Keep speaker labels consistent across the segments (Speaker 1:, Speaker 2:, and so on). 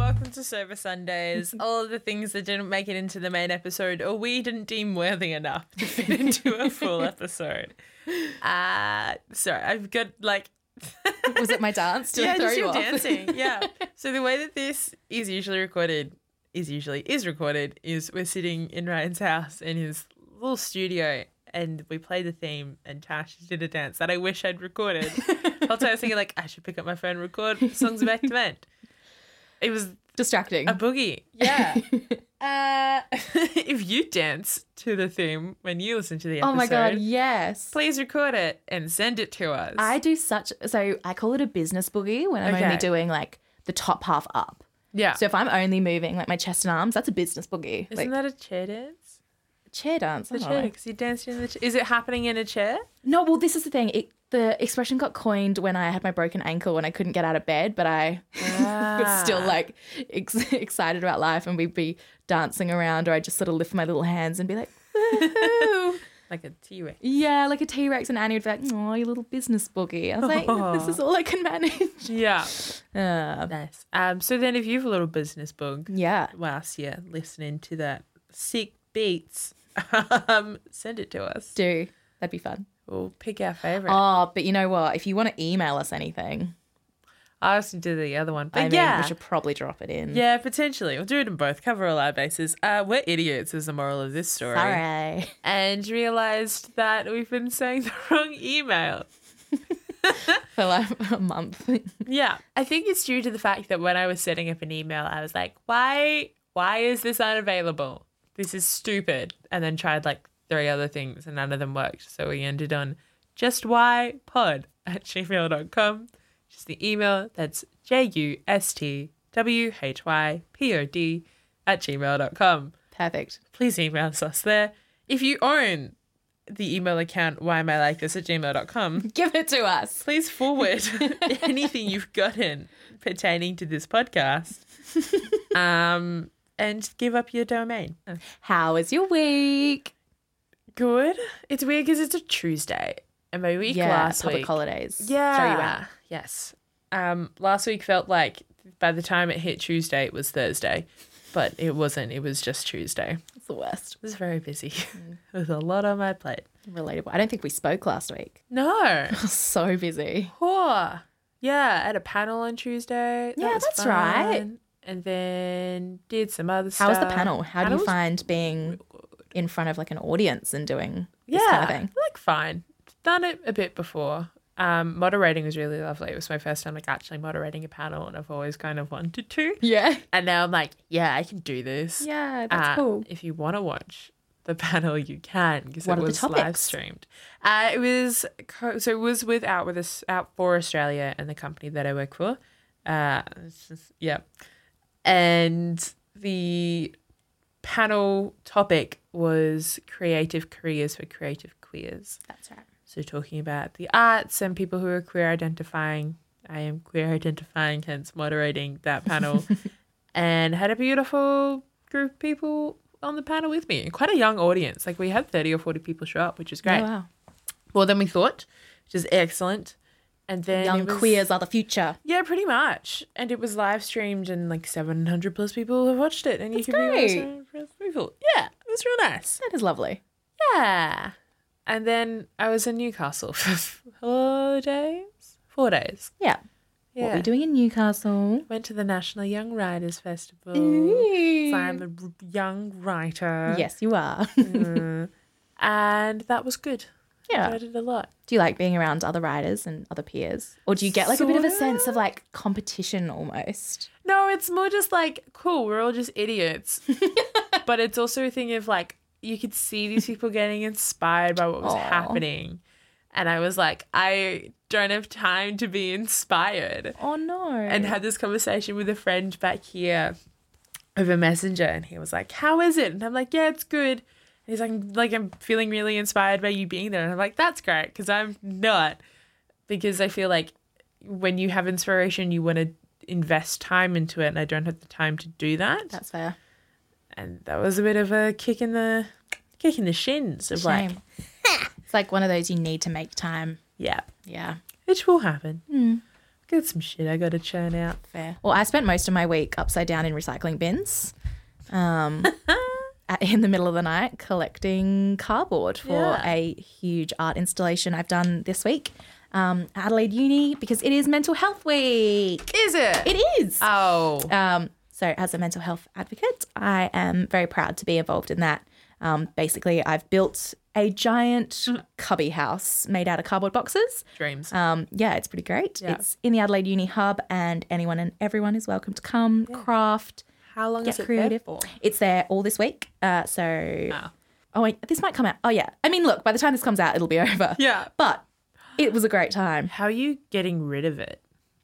Speaker 1: crossover Sundays, all of the things that didn't make it into the main episode or we didn't deem worthy enough to fit into a full episode. Uh, sorry, I've got like
Speaker 2: Was it my dance? Did I
Speaker 1: yeah,
Speaker 2: throw
Speaker 1: just
Speaker 2: you
Speaker 1: your
Speaker 2: off?
Speaker 1: dancing. Yeah. So the way that this is usually recorded is usually is recorded is we're sitting in Ryan's house in his little studio and we play the theme and Tash did a dance that I wish I'd recorded. The whole time I was thinking like I should pick up my phone, and record songs back to back. It was
Speaker 2: Distracting.
Speaker 1: a boogie.
Speaker 2: yeah. uh,
Speaker 1: if you dance to the theme when you listen to the episode,
Speaker 2: oh my god, yes.
Speaker 1: please record it and send it to us.
Speaker 2: I do such so I call it a business boogie when I'm
Speaker 1: Okay.
Speaker 2: only doing like the top half up.
Speaker 1: yeah.
Speaker 2: So if I'm only moving like my chest and arms, that's a business boogie.
Speaker 1: Isn't
Speaker 2: like
Speaker 1: that a chair dance?
Speaker 2: chair dance. I
Speaker 1: The
Speaker 2: don't
Speaker 1: chair
Speaker 2: know.
Speaker 1: because you danced in the. Ch- is it happening in a chair?
Speaker 2: No, well this is the thing. It, the expression got coined when I had my broken ankle and I couldn't get out of bed, but I
Speaker 1: Ah.
Speaker 2: was still like ex- excited about life and we'd be dancing around or I'd just sort of lift my little hands and be like, "Woo."
Speaker 1: like a T Rex.
Speaker 2: yeah, like a T-Rex and Annie would be like, oh, you little business boogie. I was like, this is all I can manage.
Speaker 1: Yeah,
Speaker 2: Uh,
Speaker 1: nice. Um, so then if you've a little business bug
Speaker 2: yeah.
Speaker 1: whilst you're listening to that sick beats, um, send it to us.
Speaker 2: do. That'd be fun.
Speaker 1: We'll pick our favorite.
Speaker 2: Oh, but you know what? If you want to email us anything,
Speaker 1: I also do the other one, but
Speaker 2: I mean,
Speaker 1: yeah.
Speaker 2: we should probably drop it in.
Speaker 1: yeah, potentially. We'll do it in both, cover all our bases. Uh, we're idiots, is the moral of this story.
Speaker 2: Sorry.
Speaker 1: And realised that we've been saying the wrong email.
Speaker 2: For like a month.
Speaker 1: Yeah, I think it's due to the fact that when I was setting up an email, I was like, "Why? Why is this unavailable? This is stupid." And then tried like three other things, and none of them worked. So we ended on just why pod at gmail.com. Just the email that's j u s t w h y p o d at gmail.com
Speaker 2: Perfect.
Speaker 1: please email us there. If you own the email account why am I like this at gmail.com,
Speaker 2: Give it to us.
Speaker 1: please forward anything you've gotten pertaining to this podcast um, and give up your domain.
Speaker 2: How was your week?
Speaker 1: Good. It's weird because it's a Tuesday and my week
Speaker 2: yeah,
Speaker 1: last
Speaker 2: public
Speaker 1: week.
Speaker 2: holidays.
Speaker 1: Yeah.
Speaker 2: Throw you out.
Speaker 1: Yes. Um, last week felt like by the time it hit Tuesday, it was Thursday, but it wasn't. It was just Tuesday.
Speaker 2: It's the worst.
Speaker 1: It was very busy. There's a lot on my plate.
Speaker 2: Relatable. I don't think we spoke last week.
Speaker 1: No.
Speaker 2: I was so busy.
Speaker 1: Poor. Yeah, at a panel on Tuesday. That
Speaker 2: Yeah,
Speaker 1: was
Speaker 2: that's right.
Speaker 1: fun. And then did some other
Speaker 2: How
Speaker 1: stuff.
Speaker 2: was the Uh, panel? How do
Speaker 1: Panel
Speaker 2: you
Speaker 1: was-
Speaker 2: find being in front of like an audience and doing
Speaker 1: Yeah,
Speaker 2: this kind of thing?
Speaker 1: like fine. Done it a bit before. Um, moderating was really lovely. It was my first time like actually moderating a panel, and I've always kind of wanted to.
Speaker 2: Yeah.
Speaker 1: And now I'm like, yeah, I can do this.
Speaker 2: Yeah, that's
Speaker 1: Uh,
Speaker 2: cool.
Speaker 1: If you want to watch the panel, you can because it
Speaker 2: What are the
Speaker 1: was
Speaker 2: topics?
Speaker 1: live streamed. Uh, it was co- so it was with out with us out for Australia and the company that I work for. Uh, it's just- yeah, and the panel topic was creative careers for creative queers.
Speaker 2: That's right.
Speaker 1: So talking about the arts and people who are queer identifying. I am queer identifying, hence moderating that panel. and had a beautiful group of people on the panel with me. Quite a young audience. Like we had 30 or 40 people show up, which is great.
Speaker 2: Oh, wow.
Speaker 1: More than we thought, which is excellent. And then it
Speaker 2: Young
Speaker 1: was-
Speaker 2: queers are the future.
Speaker 1: Yeah, pretty much. And it was live streamed and like 700 plus people have watched it. And
Speaker 2: That's
Speaker 1: you can
Speaker 2: great.
Speaker 1: be also impressed with people. Yeah, it was real nice.
Speaker 2: That is lovely.
Speaker 1: Yeah. And then I was in Newcastle for four days. Four days.
Speaker 2: Yeah. What
Speaker 1: Yeah.
Speaker 2: we're doing in Newcastle.
Speaker 1: Went to the National Young Writers Festival. So I'm
Speaker 2: Ooh.
Speaker 1: a r- young writer.
Speaker 2: Yes, you are.
Speaker 1: Mm. and that was good. I
Speaker 2: yeah.
Speaker 1: enjoyed it a lot.
Speaker 2: Do you like being around other writers and other peers? Or do you get like a bit of a sense of like competition almost?
Speaker 1: No, it's more just like, cool, we're all just idiots. but it's also a thing of like, you could see these people getting inspired by what was
Speaker 2: Aw.
Speaker 1: happening. And I was like, I don't have time to be inspired.
Speaker 2: Oh no.
Speaker 1: and had this conversation with a friend back here over Messenger, and he was like, "How is it?" And I'm like, "Yeah, it's good." And he's like, "Like I'm feeling really inspired by you being there," and I'm like, "That's great," because I'm not, because I feel like when you have inspiration, you want to invest time into it, and I don't have the time to do that.
Speaker 2: That's fair.
Speaker 1: and that was a bit of a kick in the kick in the shins of like,
Speaker 2: Shame. it's like one of those you need to make time.
Speaker 1: yeah,
Speaker 2: Yeah.
Speaker 1: which will happen. Got some shit I got to churn out.
Speaker 2: Fair. Well, I spent most of my week upside down in recycling bins, um, at, in the middle of the night collecting cardboard for
Speaker 1: Yeah.
Speaker 2: a huge art installation I've done this week, um, at Adelaide Uni because it is Mental Health Week.
Speaker 1: Is it?
Speaker 2: It is.
Speaker 1: Oh.
Speaker 2: Um, so, as a mental health advocate, I am very proud to be involved in that. Um, basically, I've built a giant cubby house made out of cardboard boxes.
Speaker 1: Dreams.
Speaker 2: Um, yeah, it's pretty great.
Speaker 1: Yeah.
Speaker 2: It's in the Adelaide Uni Hub, and anyone and everyone is welcome to come, craft,
Speaker 1: How long is
Speaker 2: get
Speaker 1: it
Speaker 2: creative.
Speaker 1: there for?
Speaker 2: It's there all this week. Uh, so,
Speaker 1: Ah.
Speaker 2: oh, wait, this might come out. Oh, yeah. I mean, look, by the time this comes out, it'll be over.
Speaker 1: Yeah.
Speaker 2: But it was a great time.
Speaker 1: How are you getting rid of it?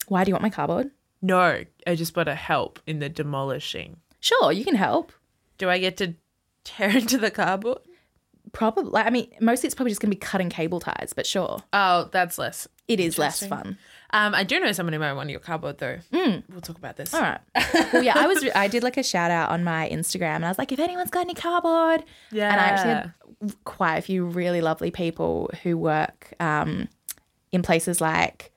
Speaker 2: Why do you want my cardboard?
Speaker 1: No, I just want to help in the demolishing.
Speaker 2: Sure, you can help.
Speaker 1: Do I get to tear into the cardboard?
Speaker 2: Probably. I mean, mostly it's probably just going to be cutting cable ties, but sure.
Speaker 1: Oh, that's less.
Speaker 2: It is less fun.
Speaker 1: Um, I do know someone who might want your cardboard though. We'll talk about this.
Speaker 2: All right. Well, yeah, I was. I did like a shout out on my Instagram, and I was like, if anyone's got any cardboard, and I actually had quite a few really lovely people who work um, in places like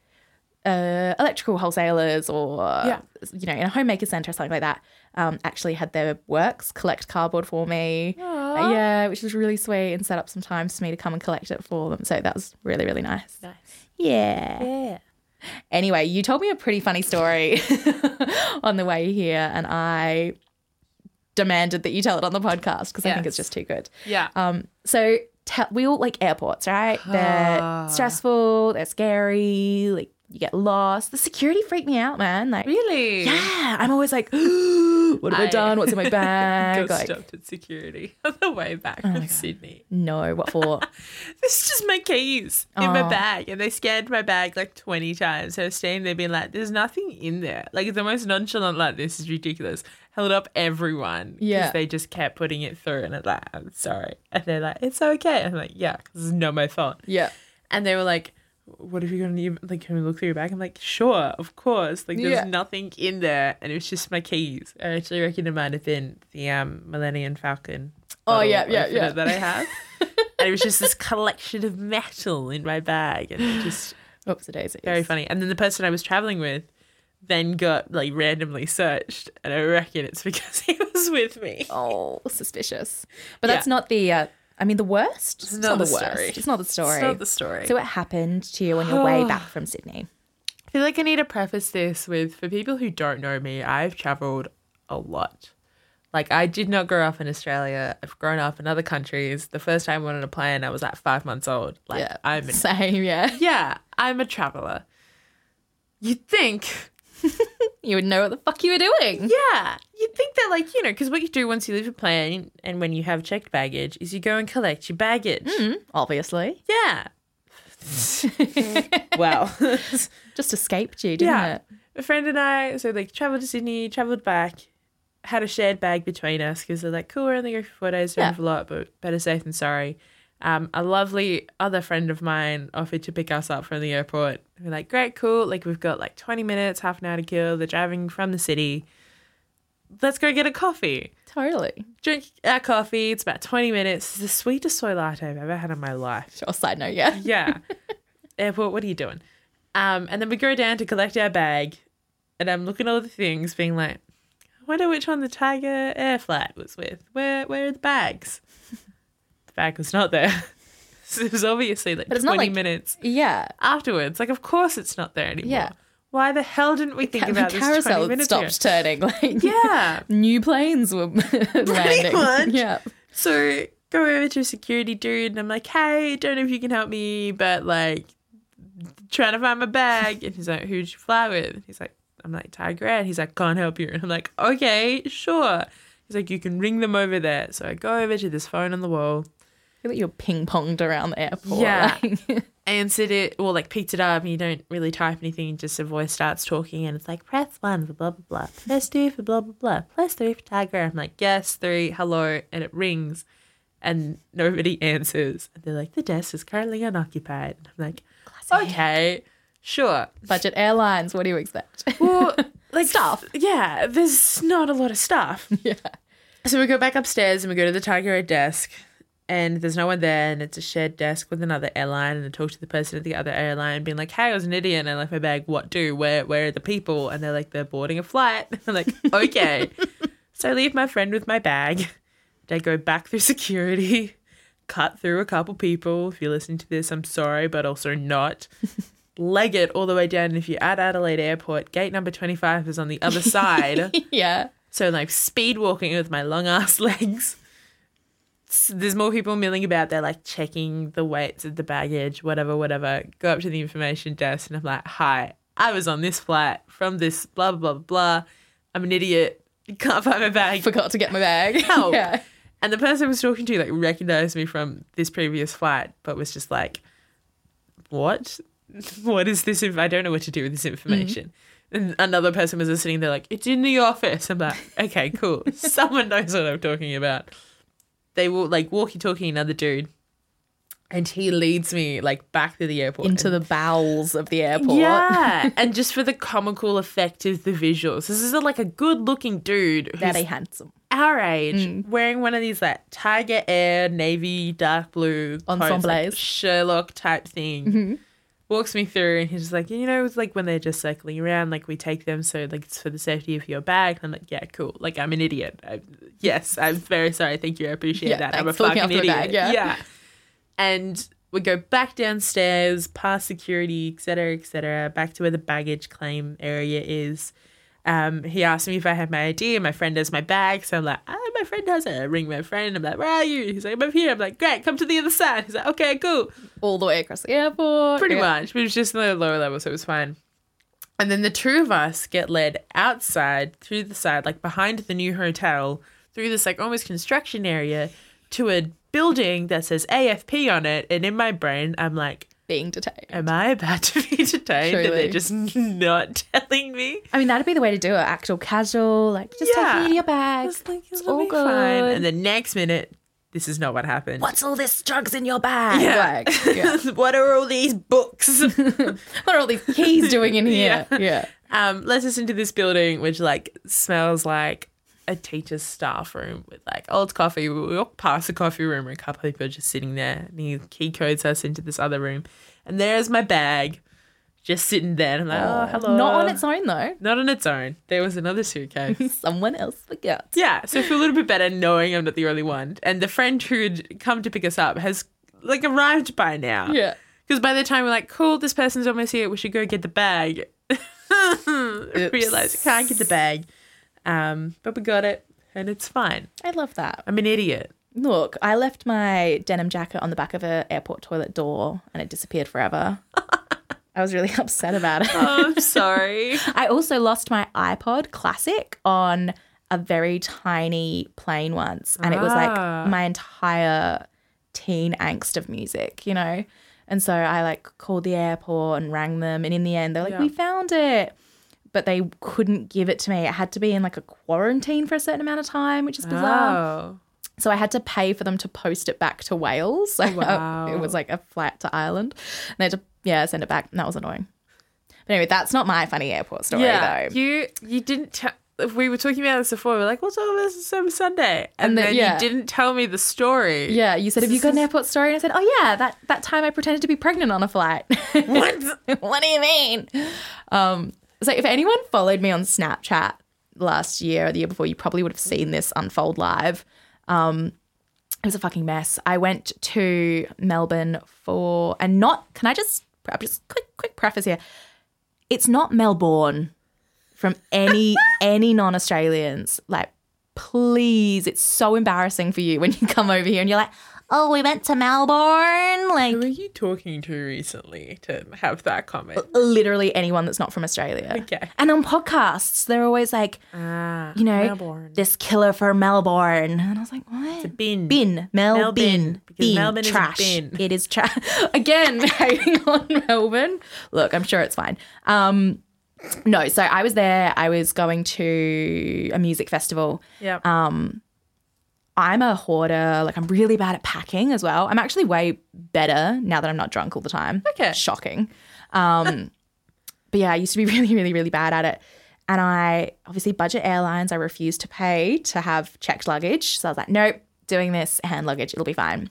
Speaker 2: uh, electrical wholesalers or
Speaker 1: Yeah.
Speaker 2: you know in a homemaker center or something like that. Um, actually had their works collect cardboard for me.
Speaker 1: Aw.
Speaker 2: Yeah, which was really sweet, and set up some times for me to come and collect it for them. So that was really really nice.
Speaker 1: Nice.
Speaker 2: Yeah.
Speaker 1: Yeah.
Speaker 2: Anyway, you told me a pretty funny story on the way here, and I demanded that you tell it on the podcast because I think it's
Speaker 1: Yes.
Speaker 2: just too good.
Speaker 1: Yeah.
Speaker 2: Um, so te- we all like airports, right? They're stressful, they're scary, like you get lost. The security freaked me out, man. Like,
Speaker 1: really?
Speaker 2: yeah, I'm always like, what have
Speaker 1: I-
Speaker 2: I, done? What's in my
Speaker 1: Got
Speaker 2: bag? like,
Speaker 1: stopped at security on the way back from Sydney.
Speaker 2: no, what for?
Speaker 1: This is just my keys in my
Speaker 2: Aw.
Speaker 1: bag, and they scanned my bag like twenty times. So I was standing there being like, "There's nothing in there." Like the most nonchalant, like this is ridiculous. Held up everyone 'cause
Speaker 2: Yeah.
Speaker 1: they just kept putting it through, and I'm like, "I'm sorry," and they're like, "It's okay." I'm like, "Yeah, 'cause it's not my fault."
Speaker 2: yeah.
Speaker 1: And they were like, "What have you got in your like? Can we look through your bag?" I'm like, "Sure, of course." Like, there's
Speaker 2: Yeah.
Speaker 1: nothing in there, and it was just my keys. I actually reckon it might have been the um, Millennium Falcon.
Speaker 2: Oh,
Speaker 1: bottle
Speaker 2: yeah, yeah,
Speaker 1: opener
Speaker 2: yeah.
Speaker 1: That I have, and it was just this collection of metal in my bag, and it just
Speaker 2: Oops, daisy.
Speaker 1: very funny. And then the person I was traveling with then got like randomly searched, and I reckon it's because he was with me.
Speaker 2: Oh, suspicious. But
Speaker 1: Yeah.
Speaker 2: that's not the. Uh, I mean, the worst. It's,
Speaker 1: not the
Speaker 2: worst.
Speaker 1: story.
Speaker 2: It's not the story.
Speaker 1: It's not the story.
Speaker 2: So it happened to you on your way back from Sydney.
Speaker 1: I feel like I need to preface this with for people who don't know me, I've traveled a lot. Like, I did not grow up in Australia. I've grown up in other countries. The first time I went on a plane, I was like five months old. Like, I'm an,
Speaker 2: same. Yeah,
Speaker 1: yeah, I'm a traveler. You'd think,
Speaker 2: you would know what the fuck you were doing.
Speaker 1: yeah, you'd think that, like, you know, because what you do once you leave a plane and when you have checked baggage is you go and collect your baggage.
Speaker 2: Mm. Obviously,
Speaker 1: Yeah. well,
Speaker 2: just escaped you, didn't
Speaker 1: Yeah.
Speaker 2: it?
Speaker 1: a friend and I, so like traveled to Sydney, traveled back, had a shared bag between us because they're like, cool, we're only going for four days, don't
Speaker 2: Yeah.
Speaker 1: have a lot, but better safe than sorry. Um, a lovely other friend of mine offered to pick us up from the airport. We're like, great, cool. Like, we've got like 20 minutes, half an hour to kill. They're driving from the city. Let's go get a coffee.
Speaker 2: Totally.
Speaker 1: Drink our coffee. It's about 20 minutes. It's the sweetest soy latte I've ever had in my life
Speaker 2: Sure. Side note. Yeah.
Speaker 1: yeah. Airport, what are you doing? Um, and then we go down to collect our bag, and I'm looking at all the things, being like, I wonder which one the Tiger Air flight was with. Where where are the bags? the bag was not there. so it was obviously like
Speaker 2: But it's not
Speaker 1: 20
Speaker 2: like-
Speaker 1: minutes
Speaker 2: Yeah.
Speaker 1: afterwards. Like, of course it's not there anymore.
Speaker 2: Yeah.
Speaker 1: Why the hell didn't we think
Speaker 2: The
Speaker 1: about this 20
Speaker 2: carousel
Speaker 1: minutes ago?
Speaker 2: stopped turning. Like
Speaker 1: Yeah.
Speaker 2: New planes were landing.
Speaker 1: much.
Speaker 2: Yeah.
Speaker 1: So go over to a security dude and I'm like, hey, don't know if you can help me, but like trying to find my bag. And he's like, who'd you fly with? And he's like, I'm like, Tiger Air. And He's like, can't help you. And I'm like, okay, sure. He's like, you can ring them over there. So I go over to this phone on the wall
Speaker 2: I feel like you were ping ponged around the airport.
Speaker 1: Yeah.
Speaker 2: like-
Speaker 1: answered it or like picked it up and you don't really type anything, just a voice starts talking and it's like press one for blah blah blah, press two for blah blah blah, press three for tiger. I'm like, yes, three, hello, and it rings and nobody answers. And they're like, the desk is currently unoccupied. And I'm like, okay, sure.
Speaker 2: Budget airlines. What do you expect?
Speaker 1: Well, like
Speaker 2: Stuff.
Speaker 1: Yeah, there's not a lot of stuff.
Speaker 2: yeah.
Speaker 1: So we go back upstairs and we go to the Tiger Air desk and there's no one there and it's a shared desk with another airline and I talk to the person at the other airline being like, Hey, I was an idiot and I left my bag, what do? Where where are the people? And they're like, They're boarding a flight. I'm like, Okay. so I leave my friend with my bag. They go back through security, cut through a couple people. If you're listening to this, I'm sorry, but also not. Leg it all the way down. And if you're at Adelaide Airport, gate number 25 is on the other side.
Speaker 2: yeah.
Speaker 1: So like speed walking with my long ass legs. S- There's more people milling about. They're like checking the weights of the baggage, whatever, whatever. Go up to the information desk and I'm like, hi, I was on this flight from this blah, blah, blah, blah. I'm an idiot. Can't find my bag.
Speaker 2: Forgot to get my bag.
Speaker 1: Help.
Speaker 2: yeah.
Speaker 1: And the person I was talking to like recognized me from this previous flight, but was just like, "What? What is this? Inf- I don't know what to do with this
Speaker 2: Mm-hmm.
Speaker 1: information." And another person was just sitting there like, "It's in the office." I'm like, "Okay, cool. Someone knows what I'm talking about." They were like walkie-talkie another dude, and he leads me like back to the airport
Speaker 2: Into the bowels of the airport.
Speaker 1: Yeah, and just for the comical effect of the visuals, this is a, like a good-looking dude who's
Speaker 2: Very handsome.
Speaker 1: our age wearing one of these like tiger air navy dark blue coats, like,
Speaker 2: Ensembles.
Speaker 1: sherlock type thing walks me through and he's just like you know it's like when they're just circling around like we take them so like it's for the safety of your bag and i'm like yeah cool like i'm an idiot I, yes i'm very sorry thank you i appreciate
Speaker 2: Yeah,
Speaker 1: that i'm a
Speaker 2: thanks for looking
Speaker 1: fucking
Speaker 2: out for
Speaker 1: idiot
Speaker 2: the bag, yeah.
Speaker 1: yeah and we go back downstairs past security etc etc back to where the baggage claim area is um, he asked me if I had my ID and my friend has my bag. So I'm like, ah, my friend has it. I ring my friend. I'm like, where are you? He's like, I'm up here. I'm like, great, come to the other side. He's like, okay, cool.
Speaker 2: All the way across the airport.
Speaker 1: Pretty
Speaker 2: Yeah.
Speaker 1: much. But it was just the lower level, so it was fine. And then the two of us get led outside through the side, like behind the new hotel, through this like almost construction area to a building that says AFP on it. And in my brain, I'm like,
Speaker 2: Being detained.
Speaker 1: am I about to be detained? And they're
Speaker 2: Truly.
Speaker 1: just not telling me.
Speaker 2: I mean, that'd be the way to do it. Actual casual, like just
Speaker 1: Yeah.
Speaker 2: take it in your bag.
Speaker 1: It's like, it's
Speaker 2: all
Speaker 1: all fine.
Speaker 2: good.
Speaker 1: And the next minute, this is not what happened.
Speaker 2: What's all this drugs in your bag?
Speaker 1: Yeah.
Speaker 2: Like, yeah.
Speaker 1: what are all these books?
Speaker 2: what are all these keys doing in here?
Speaker 1: Yeah.
Speaker 2: Yeah.
Speaker 1: um, let's listen to this building, which like smells like a teacher's staff room with like old coffee. We walk past the coffee room where a couple of people are just sitting there, and he key codes us into this other room. And there's my bag, just sitting there. And I'm like, oh, hello.
Speaker 2: Not on its own though.
Speaker 1: not on its own. There was another suitcase.
Speaker 2: Someone else forgot.
Speaker 1: Yeah, so I feel a little bit better knowing I'm not the only one. And the friend who had come to pick us up has like arrived by now.
Speaker 2: Yeah.
Speaker 1: Because by the time we're like, cool, this person's almost here, we should go get the bag. Realize I can't get the bag. Um, but we got it and it's fine.
Speaker 2: I love that.
Speaker 1: I'm an idiot.
Speaker 2: Look, I left my denim jacket on the back of a airport toilet door and it disappeared forever. I was really upset about it.
Speaker 1: Oh, I'm sorry.
Speaker 2: I also lost my iPod Classic on a very tiny plane once, and it was like
Speaker 1: Ah.
Speaker 2: my entire teen angst of music, you know. And so I like called the airport and rang them, and in the end, they're like,
Speaker 1: Yeah.
Speaker 2: "We found it." But they couldn't give it to me. It had to be in like a quarantine for a certain amount of time, which is bizarre.
Speaker 1: Oh.
Speaker 2: So I had to pay for them to post it back to Wales. So
Speaker 1: Wow.
Speaker 2: it was like a flight to Ireland. And they had to, yeah, send it back. And that was annoying. But anyway, that's not my funny airport story,
Speaker 1: Yeah,
Speaker 2: though.
Speaker 1: you you didn't. T- if we were talking about this before, we were like, "What's all this on Sunday?" And,
Speaker 2: And
Speaker 1: then,
Speaker 2: then- yeah.
Speaker 1: you didn't tell me the story.
Speaker 2: Yeah, you said, have you got an airport story? And I said, oh, yeah, that, that time I pretended to be pregnant on a flight.
Speaker 1: What?
Speaker 2: what do you mean? Um, so if anyone followed me on Snapchat last year or the year before, you probably would have seen this unfold live. Um, it was a fucking mess. I went to Melbourne for, and not. Can I just just quick quick preface here? It's not Melbourne from any any non Australians. Like, please, it's so embarrassing for you when you come over here and you're like, oh, we went to Melbourne. Like,
Speaker 1: Who are you talking to recently to have that comment?
Speaker 2: literally anyone that's not from Australia.
Speaker 1: Okay.
Speaker 2: And on podcasts, they're always like,
Speaker 1: Ah,
Speaker 2: you know,
Speaker 1: Melbourne.
Speaker 2: this killer for Melbourne. And I was like, what?
Speaker 1: bin.
Speaker 2: Bin, Mel,
Speaker 1: Mel bin,
Speaker 2: bin,
Speaker 1: because
Speaker 2: bin,
Speaker 1: Melbourne is a
Speaker 2: trash.
Speaker 1: bin.
Speaker 2: It is trash. Again, hating on Melbourne. Look, I'm sure it's fine. Um, no, so I was there. I was going to a music festival.
Speaker 1: Yeah.
Speaker 2: Um, I'm a hoarder. Like I'm really bad at packing as well. I'm actually way better now that I'm not drunk all the time.
Speaker 1: Okay.
Speaker 2: Shocking. Um, but yeah, I used to be really, really, really bad at it. And I obviously budget airlines. I refused to pay to have checked luggage. So I was like, nope, doing this hand luggage. It'll be fine.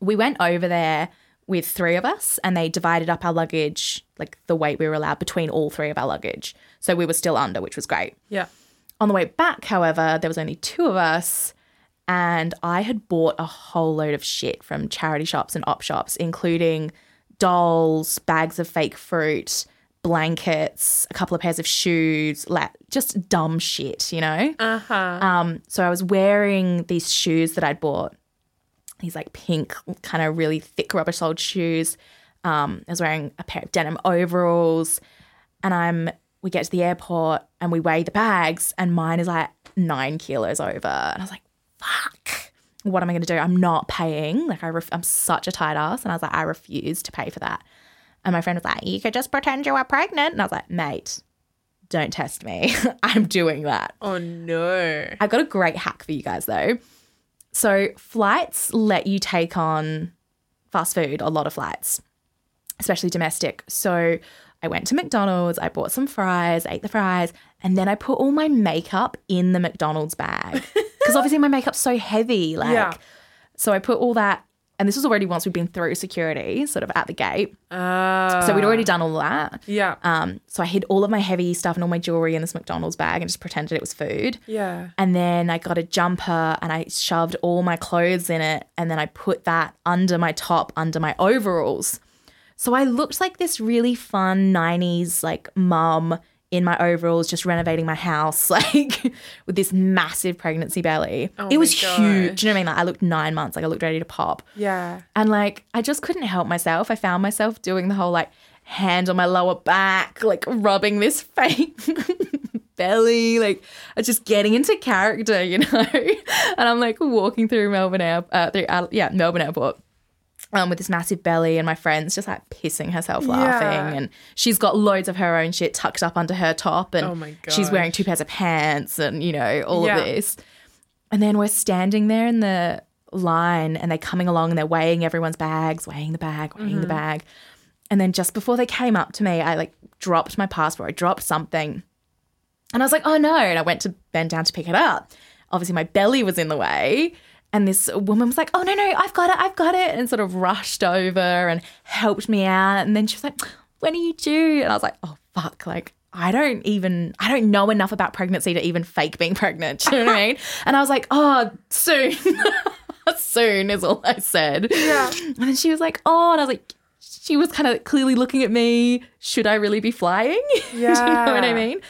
Speaker 2: we went over there with three of us and they divided up our luggage, like the weight we were allowed between all three of our luggage. So we were still under, which was great.
Speaker 1: Yeah.
Speaker 2: On the way back, however, there was only two of us, and I had bought a whole load of shit from charity shops and op shops, including dolls, bags of fake fruit, blankets, a couple of pairs of shoes, la- just dumb shit, you know?
Speaker 1: Uh huh.
Speaker 2: Um, so I was wearing these shoes that I'd bought, these like pink, kind of really thick rubber soled shoes. Um, I was wearing a pair of denim overalls, and I'm we get to the airport and we weigh the bags, and mine is like nine kilos over, and I was like, fuck. What am I going to do? I'm not paying. Like I, ref- I'm such a tight ass, and I was like, I refuse to pay for that. And my friend was like, "You could just pretend you are pregnant," and I was like, "Mate, don't test me. I'm doing that."
Speaker 1: Oh no.
Speaker 2: I got a great hack for you guys though. So flights let you take on fast food, a lot of flights, especially domestic. So I went to McDonald's, I bought some fries, ate the fries, and then I put all my makeup in the McDonald's bag. Because obviously my makeup's so heavy. Like
Speaker 1: Yeah.
Speaker 2: so I put all that and this was already once we'd been through security, sort of at the gate.
Speaker 1: Uh,
Speaker 2: So we'd already done all that.
Speaker 1: Yeah.
Speaker 2: Um, so I hid all of my heavy stuff and all my jewelry in this McDonald's bag and just pretended it was food.
Speaker 1: yeah.
Speaker 2: And then I got a jumper and I shoved all my clothes in it. And then I put that under my top, under my overalls. So I looked like this really fun 90s, like, mum in my overalls, just renovating my house, like, with this massive pregnancy belly.
Speaker 1: Oh my
Speaker 2: it was
Speaker 1: gosh.
Speaker 2: huge. You know what I mean? Like, I looked nine months, like, I looked ready to pop.
Speaker 1: Yeah.
Speaker 2: And like, I just couldn't help myself. I found myself doing the whole like hand on my lower back, like rubbing this fake belly, like I was just getting into character, you know. and I'm like walking through Melbourne Air, uh, through uh, yeah, Melbourne Airport. Um, with this massive belly, and my friend's just like pissing herself laughing,
Speaker 1: Yeah.
Speaker 2: and she's got loads of her own shit tucked up under her top, and
Speaker 1: Oh my
Speaker 2: she's wearing
Speaker 1: gosh.
Speaker 2: two pairs of pants, and you know all
Speaker 1: Yeah.
Speaker 2: of this. And then we're standing there in the line and they're coming along and they're weighing everyone's bags, weighing the bag, weighing the bag. And then just before they came up to me, I like dropped my passport, I dropped something. And I was like, oh no. And I went to bend down to pick it up. Obviously, my belly was in the way. And this woman was like, oh no, no, I've got it, I've got it. And sort of rushed over and helped me out. And then she was like, when are you due? And I was like, oh fuck, like, I don't even, I don't know enough about pregnancy to even fake being pregnant. Do you know what I mean? And I was like, oh, soon. soon is all I said. Yeah. And then she was like, oh, and I was like, she was kind of clearly looking at me. Should I really be flying? Do you know what I
Speaker 1: Yeah.
Speaker 2: mean?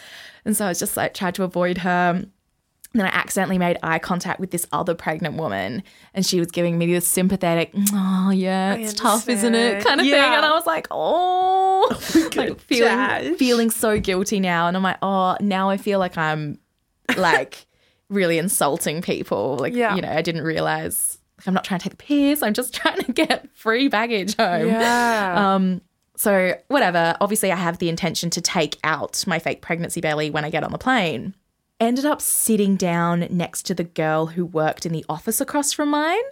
Speaker 2: And so I was just like tried to avoid her. And then I accidentally made eye contact with this other pregnant woman, and she was giving me this sympathetic, "Oh yeah, it's tough, isn't
Speaker 1: understand.
Speaker 2: it?" kind of thing.
Speaker 1: Yeah.
Speaker 2: And I was like, "Oh, like feeling
Speaker 1: gosh.
Speaker 2: feeling so guilty now." And I'm like, "Oh, now I feel like I'm like really insulting people. Like,
Speaker 1: Yeah.
Speaker 2: you know, I didn't realize like, I'm not trying to take the piss. I'm just trying to get free baggage home."
Speaker 1: Yeah.
Speaker 2: Um, so whatever. Obviously, I have the intention to take out my fake pregnancy belly when I get on the plane. Ended up sitting down next to the girl who worked in the office across from mine,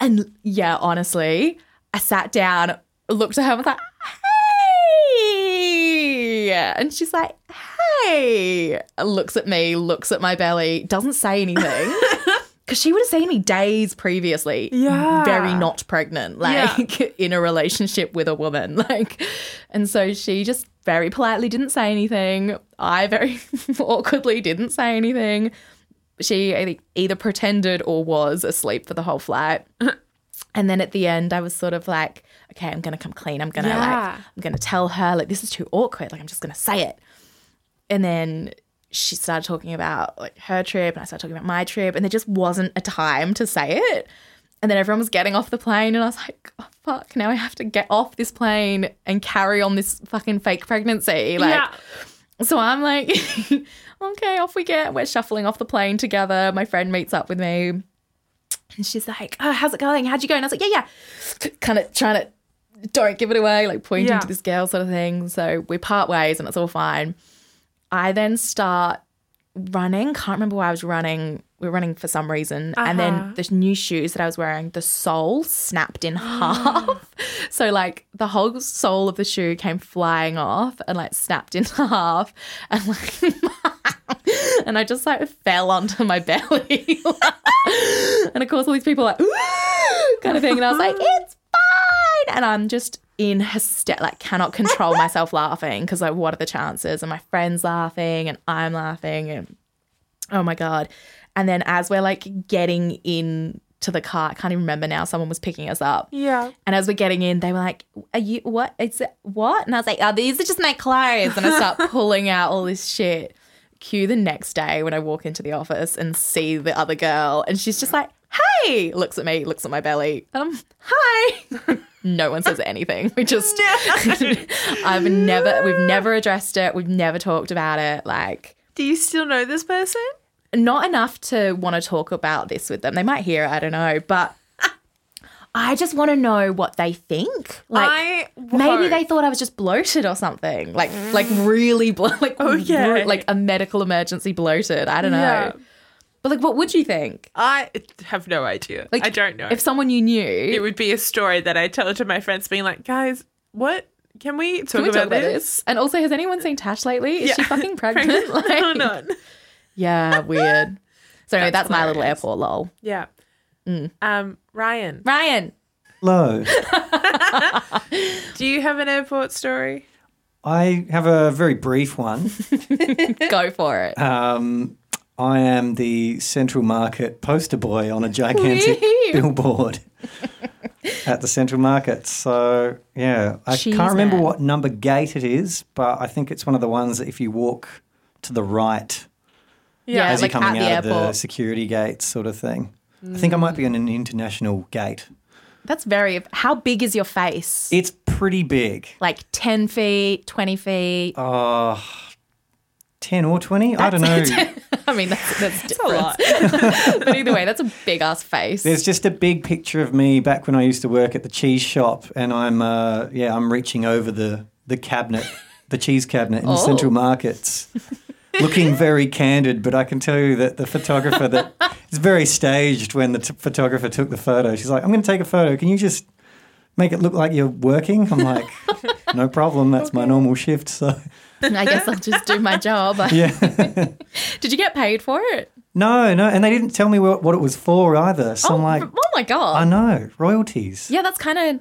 Speaker 2: and yeah, honestly, I sat down, looked at her, and was like, "Hey," and she's like, "Hey," looks at me, looks at my belly, doesn't say anything. Because she would have seen me days previously,
Speaker 1: Yeah.
Speaker 2: very not pregnant,
Speaker 1: Yeah.
Speaker 2: like in a relationship with a woman, like, and so she just very politely didn't say anything. I very awkwardly didn't say anything. She I think, either pretended or was asleep for the whole flight. And then at the end, I was sort of like, okay, I'm gonna come clean. I'm gonna
Speaker 1: Yeah.
Speaker 2: like, I'm gonna tell her like this is too awkward. Like I'm just gonna say it. And then she started talking about like her trip, and I started talking about my trip, and there just wasn't a time to say it. And then everyone was getting off the plane, and I was like, oh, fuck, now I have to get off this plane and carry on this fucking fake pregnancy. Like,
Speaker 1: yeah.
Speaker 2: so I'm like, okay, off we get. We're shuffling off the plane together. My friend meets up with me. And she's like, oh, how's it going? How'd you go? And I was like, yeah, yeah. Kind of trying to don't give it away, like pointing
Speaker 1: Yeah.
Speaker 2: to this girl sort of thing. So we part ways and it's all fine. I then start running. Can't remember why I was running. We were running for some reason. And
Speaker 1: Uh-huh.
Speaker 2: then the new shoes that I was wearing, the sole snapped in half. so like the whole sole of the shoe came flying off and like snapped in half. And like and I just like fell onto my belly. and of course all these people are like kind of thing. And I was like, it's fine. And I'm just in hysteria, like cannot control myself laughing because like, what are the chances? And my friend's laughing and I'm laughing and oh my God. And then as we're like getting in to the car, I can't even remember now, someone was picking us up.
Speaker 1: Yeah.
Speaker 2: And as we're getting in, they were like, "Are you what? It's what?" And I was like, "Oh, these are just my clothes." And I start pulling out all this shit. Cue the next day when I walk into the office and see the other girl, and she's just like, "Hey!" looks at me, looks at my belly, and I'm, "Hi." no one says anything. We just, I've never, we've never addressed it. We've never talked about it. Like,
Speaker 1: Do you still know this person?
Speaker 2: not enough to want to talk about this with them. They might hear it, I don't know, but I just want to know what they think. Like
Speaker 1: I
Speaker 2: maybe
Speaker 1: won't.
Speaker 2: they thought I was just bloated or something. Like like really blo- like
Speaker 1: Okay.
Speaker 2: br- like a medical emergency bloated. I don't know.
Speaker 1: Yeah.
Speaker 2: But like what would you think?
Speaker 1: I have no idea.
Speaker 2: Like
Speaker 1: I don't know.
Speaker 2: If someone you knew
Speaker 1: it would be a story that I tell to my friends, being like, "Guys, what can we talk,
Speaker 2: can we
Speaker 1: about,
Speaker 2: talk about
Speaker 1: this?
Speaker 2: this? And also, has anyone seen Tash lately? Is she
Speaker 1: Yeah.
Speaker 2: fucking pregnant? like,
Speaker 1: or not?"
Speaker 2: Yeah, weird. So
Speaker 1: That's
Speaker 2: anyway, that's my little
Speaker 1: hilarious.
Speaker 2: airport lol.
Speaker 1: Yeah.
Speaker 2: Mm.
Speaker 1: Um, Ryan,
Speaker 2: Ryan,
Speaker 3: Hello.
Speaker 1: do you have an airport story?
Speaker 3: I have a very brief one.
Speaker 2: go for it.
Speaker 3: Um, I am the Central Market poster boy on a gigantic
Speaker 2: Wee.
Speaker 3: billboard at the Central Market. So, yeah, I
Speaker 2: Cheese
Speaker 3: can't remember
Speaker 2: man.
Speaker 3: what number gate it is, but I think it's one of the ones that if you walk to the right
Speaker 2: Yeah,
Speaker 3: as
Speaker 2: Uh, like at
Speaker 3: you're coming
Speaker 2: the
Speaker 3: out of the
Speaker 2: airport.
Speaker 3: security gate sort of thing. I think I might be on an international gate.
Speaker 2: That's very. How big is your face?
Speaker 3: It's pretty big.
Speaker 2: Like 10 feet, 20 feet?
Speaker 3: Uh, 10 or 20? I don't know.
Speaker 2: I mean, that's, that's
Speaker 1: A
Speaker 2: different.
Speaker 1: lot.
Speaker 2: but either way, that's a big ass face.
Speaker 3: There's just a big picture of me back when I used to work at the cheese shop, and I'm uh, yeah, I'm reaching over the the cabinet, the cheese cabinet in the
Speaker 2: Oh.
Speaker 3: Central Markets, looking very candid. But I can tell you that the photographer that it's very staged when the t- photographer took the photo. She's like, "I'm going to take a photo. Can you just make it look like you're working?" I'm like, "No problem. That's my normal shift." So
Speaker 2: I guess I'll just do my job.
Speaker 3: yeah.
Speaker 2: Did you get paid for it?
Speaker 3: No, no, and they didn't tell me what, what it was for either. So I'm like,
Speaker 2: oh my
Speaker 3: I
Speaker 2: God.
Speaker 3: know royalties.
Speaker 2: yeah, that's kind of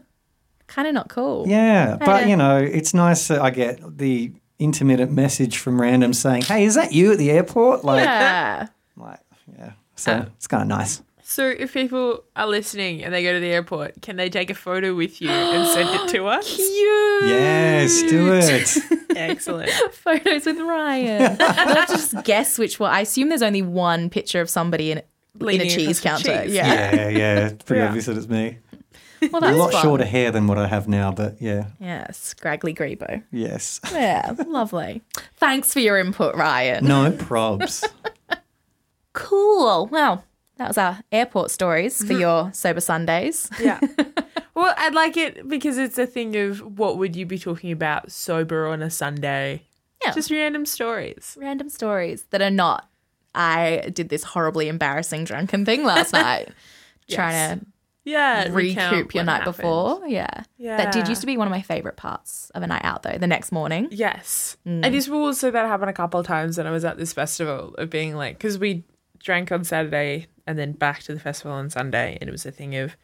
Speaker 2: kind of not cool.
Speaker 3: Yeah, but
Speaker 2: yeah.
Speaker 3: you know, it's nice that I get the intermittent message from random saying, "Hey, is that you at the airport?" Like,
Speaker 2: Yeah. Ah.
Speaker 3: like yeah. So it's kind of nice.
Speaker 1: So, if people are listening and they go to the airport, can they take a photo with you and send it to us?
Speaker 2: Cute.
Speaker 3: Yes, do it.
Speaker 1: Excellent.
Speaker 2: Photos with Ryan. I'll have to just guess which one. I assume there's only one picture of somebody in, in
Speaker 1: Leaning
Speaker 2: a cheese
Speaker 1: across the
Speaker 2: counter.
Speaker 1: cheese.
Speaker 2: Yeah.
Speaker 3: yeah, yeah. It's pretty
Speaker 1: Yeah.
Speaker 3: obvious that it's me.
Speaker 2: Well,
Speaker 3: A
Speaker 2: that's
Speaker 3: lot
Speaker 2: fun.
Speaker 3: shorter hair than what I have now, but yeah,
Speaker 2: Yeah, scraggly grebo.
Speaker 3: yes.
Speaker 2: Yeah, lovely. Thanks for your input, Ryan.
Speaker 3: No probs.
Speaker 2: Cool. Well, that was our airport stories
Speaker 3: Mm-hmm.
Speaker 2: for your sober Sundays.
Speaker 1: Yeah. Well, I'd like it because it's a thing of what would you be talking about sober on a Sunday?
Speaker 2: Yeah.
Speaker 1: Just random stories.
Speaker 2: Random stories that are not. I did this horribly embarrassing drunken thing last night. Trying
Speaker 1: Yeah.
Speaker 2: to
Speaker 1: recount
Speaker 2: recoup your
Speaker 1: what
Speaker 2: night
Speaker 1: happened.
Speaker 2: before. Yeah. That did
Speaker 1: Yeah.
Speaker 2: used to be one of my favorite parts of a night out, though, the next morning.
Speaker 1: Yes.
Speaker 2: Mm.
Speaker 1: And this will also that happened a couple of times when I was at this festival of being like, because we drank on Saturday and then back to the festival on Sunday. And it was a thing of,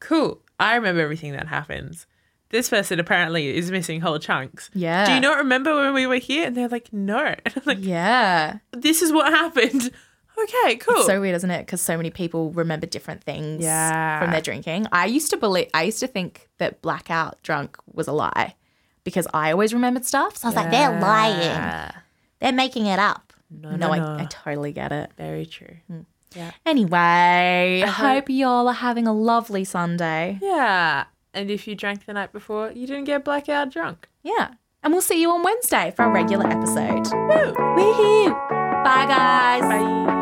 Speaker 1: cool, I remember everything that happens. This person apparently is missing whole chunks.
Speaker 2: Yeah.
Speaker 1: Do you not remember when we were here? And they're like, no. And I'm like,
Speaker 2: Yeah.
Speaker 1: this is what happened. Okay, cool.
Speaker 2: It's so weird, isn't it? Because so many people remember different things
Speaker 1: Yeah.
Speaker 2: from their drinking. I used to believe, I used to think that blackout drunk was a lie because I always remembered stuff. So I was like, they're lying, they're making it up. No,
Speaker 1: no,
Speaker 2: I,
Speaker 1: no.
Speaker 2: I totally get it.
Speaker 1: Very true.
Speaker 2: Anyway, I hope y'all are having a lovely Sunday.
Speaker 1: Yeah. And if you drank the night before, you didn't get blackout drunk.
Speaker 2: Yeah. And we'll see you on Wednesday for our regular episode. Woo! Woohoo! Bye, guys.
Speaker 1: Bye.